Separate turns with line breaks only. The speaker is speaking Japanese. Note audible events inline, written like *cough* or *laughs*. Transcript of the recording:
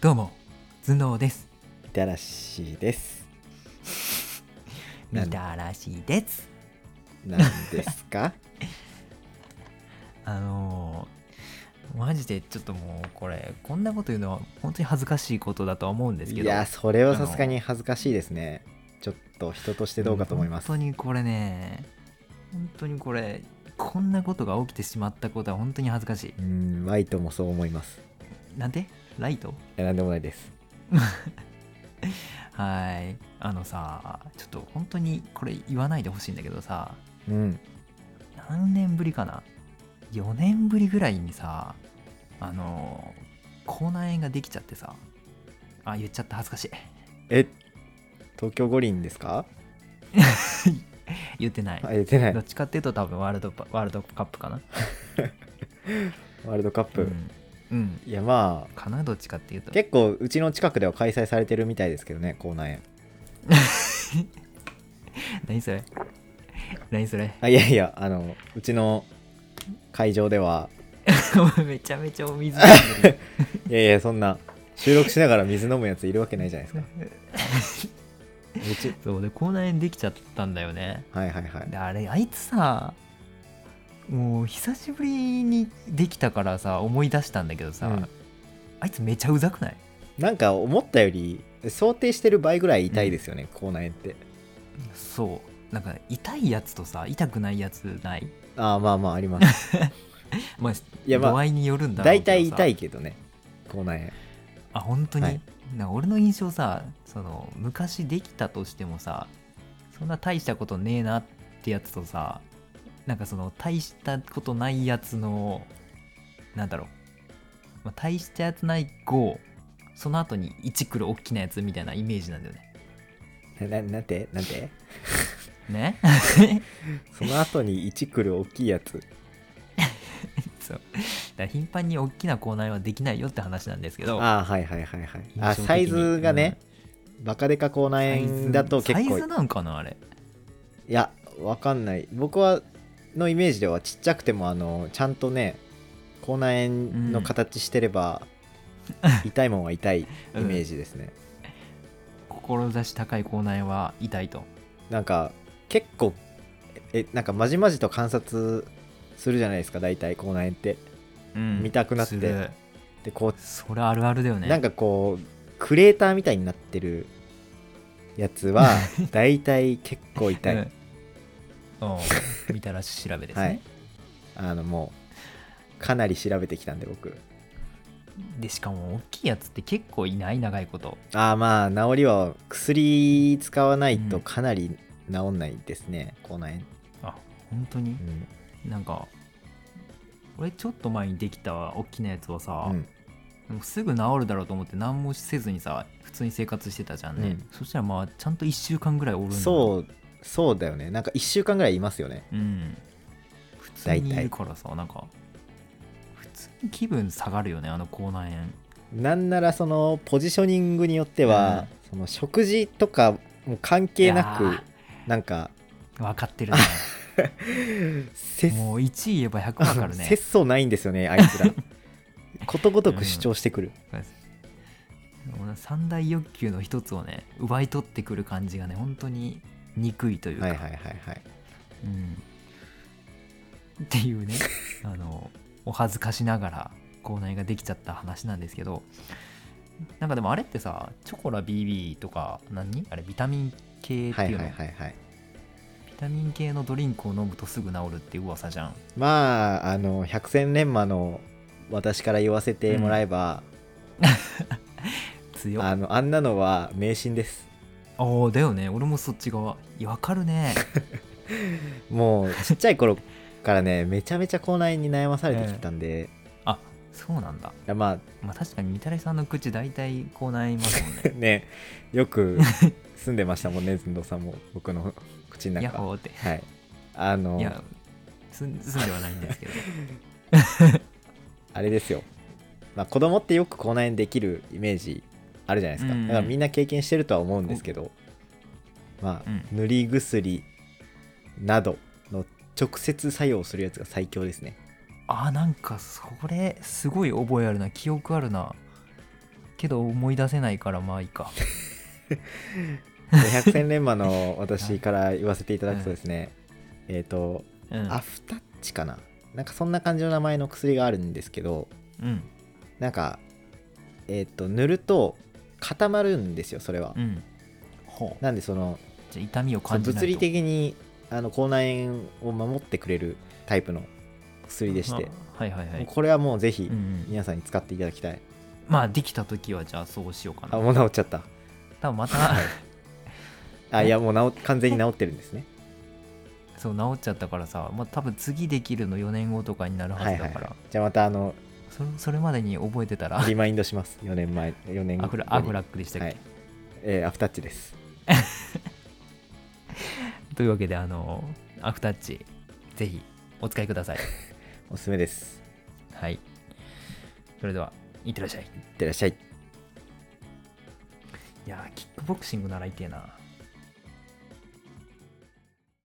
どうも頭脳です
みたらしです。な
みたらしいです
なんですか
あのーマジでちょっともうこれこんなこと言うのは本当に恥ずかしいことだとは思うんです
い
けど
や、それはさすがに恥ずかしいですね。ちょっと人としてどうかと思います。
本当にこれね本当にこれこんなことが起きてしまったことは本当に恥ずかしい
うん、ワイトもそう思います。
なんでライト
いや、なんでもないです。
はいあのさちょっと本当にこれ言わないでほしいんだけどさ
うん。
何年ぶりかな4年ぶりぐらいにさあの口内炎ができちゃってさあ言っちゃった恥ずかしい *laughs*
え、東京五輪ですか
言ってない、
あ、言ってない。
どっ
ワ
ちかっていうと多分ワールドパワールドカップかな
ールドカップ。
うん、うん、
いや、ま
かなどっちかっていうと
あ、結構、うちの近くでは開催されてるみたいですけどね、口内炎。
何それ *laughs* 何それ *laughs*
あ、いやいや、あの、うちの会場では、
めちゃめちゃお水飲ん
*laughs*
でる
いやいや、そんな、収録しながら水飲むやついるわけないじゃないですか。うち、
そうで口内炎できちゃったんだよね
はいはいはい。
であれあいつさもう久しぶりにできたからさ思い出したんだけどさ、
うん
あいつめちゃうざくない
なんか思ったより想定してる倍ぐらい痛いですよね、口内炎って
そうなんか痛いやつとさ痛くないやつない
ああまあまああります
*laughs* まあ
いやまあ
度合いによるんだろう
大
けどさ
体痛いけどね口内
あ本当に、
はい
なんか俺の印象さその昔できたとしてもさそんな大したことねえなってやつとさなんかその大したことないやつのなんだろう、まあ、大したやつない5その後に1くる大きなやつみたいなイメージなんだよね
炎ななんてなんて
ね *laughs*
その後に1来る大きいやつ
そうだから頻繁に大きな口内炎はできないよって話なんですけど
ああはいはいはいはい
印象
あ
的に
サイズがね、バカデカ口内炎だと
サ
結
イズ
構
サイズ
い
なんかなあれ
やわかんない僕はのイメージではちっちゃくてもあのちゃんとね口内炎の形して
*laughs*
れば、痛いもんは痛いイメージですね、
志高い口内炎は痛いと
なんか結構えなんかまじまじと観察するじゃないですか大体口内炎って
うん
見たくなって
する
でこ
それあるあるだよ
う、
ね
なんかこうクレーターみたいになってるやつ
*laughs*
は大体結構痛い、
うんおう見たらし調べですね、
はいあのもうかなり調べてきたんで僕
でしかも大きいやつって結構いない長いこと
ああまあ治りは薬使わないと
うん
かなり治んないですね、口内
あ本当に
炎、うん
なんか俺ちょっと前にできた大きなやつはさ、
うん
でもすぐ治るだろうと思って何もせずにさ普通に生活してたじゃんね、
うん
そしたらまあちゃんと1週間ぐらいおるんだう
そうそうだよねなんか1週間ぐらいいますよね
うん普通にいるからさなんか普通に気分下がるよねあの口内炎
なんならそのポジショニングによっては、その食事とかも関係ないく
や
なんか
ー分かってるね
せっ
もう1位言えば100分
*laughs*
かるね
節操ないんですよねあ
*laughs*
いつらことごとく主張してくる、
俺は三大欲求の一つをね奪い取ってくる感じがね本当に憎いというか、
はいはいはいはい
うん、っていう
*laughs*
ねあのお恥ずかしながら口内ができちゃった話なんですけどなんかでもあれってさチョコラ BB とか何あれビタミン系って
はいいう
の、
はいはいはい
ビタミン系のドリンクを飲むとすぐ治るっていう噂じゃん
まああの百戦錬磨の私から言わせてもらえば、
強
あのあんなのは迷信です
おおだよね俺もそっち側いやわかるね
もうちっちゃい頃からねめちゃめちゃ口内炎に悩まされてきたんで、
あ *laughs* そうなんだ
まあ
まあ確かにみたらしさんの口大体口内炎いますも
*laughs*
んね
ねよく住んでましたも
*laughs*
んねずんどうさんも僕の口の
ヤッ
中
ホーって
はいあの
いや住ん住んではないんですけど
あれですよ、まあ、子供ってよく口内炎できるイメージあるじゃないですか、
うんうん
だからみんな経験してるとは思うんですけどまあ、
う
塗り薬などの直接作用するやつが最強ですね
あなんかそれすごい覚えあるな記憶あるなけど思い出せないからまあいいか
百戦錬
*laughs*
磨の私から言わせていただくとですね、えっ、と、
うん
アフタッチかななんかそんな感じの名前の薬があるんですけど
うん
なんかえっ、と塗ると固まるんですよそれは、
うんほう
なんでその
じゃあ痛みを感じない
物
と
理的にあの口内炎を守ってくれるタイプの薬でして、
あはいはいは
もう
い、
これはもうぜひ
うんうん
皆さんに使っていただきたい、
まあできた時はじゃあそうしようか
あ
な
もう治っちゃった
多分また
あいやもう治完全に治ってるんですね
そう治っちゃったからさ、まあ、多分次できるの4年後とかになるはず
は
だ
い
か
は
ら、
い、はい、じゃあまたあの
それそれまでに覚えてたら
リマインドします4年前4年後
ア
に
フラアフラックでしたっけ、
はいえーアフタッチです
というわけであのアフタッチぜひお使いください
おすすめです
はいそれではいってらっしゃい
いってらっしゃい
いやーキックボクシング習いてえな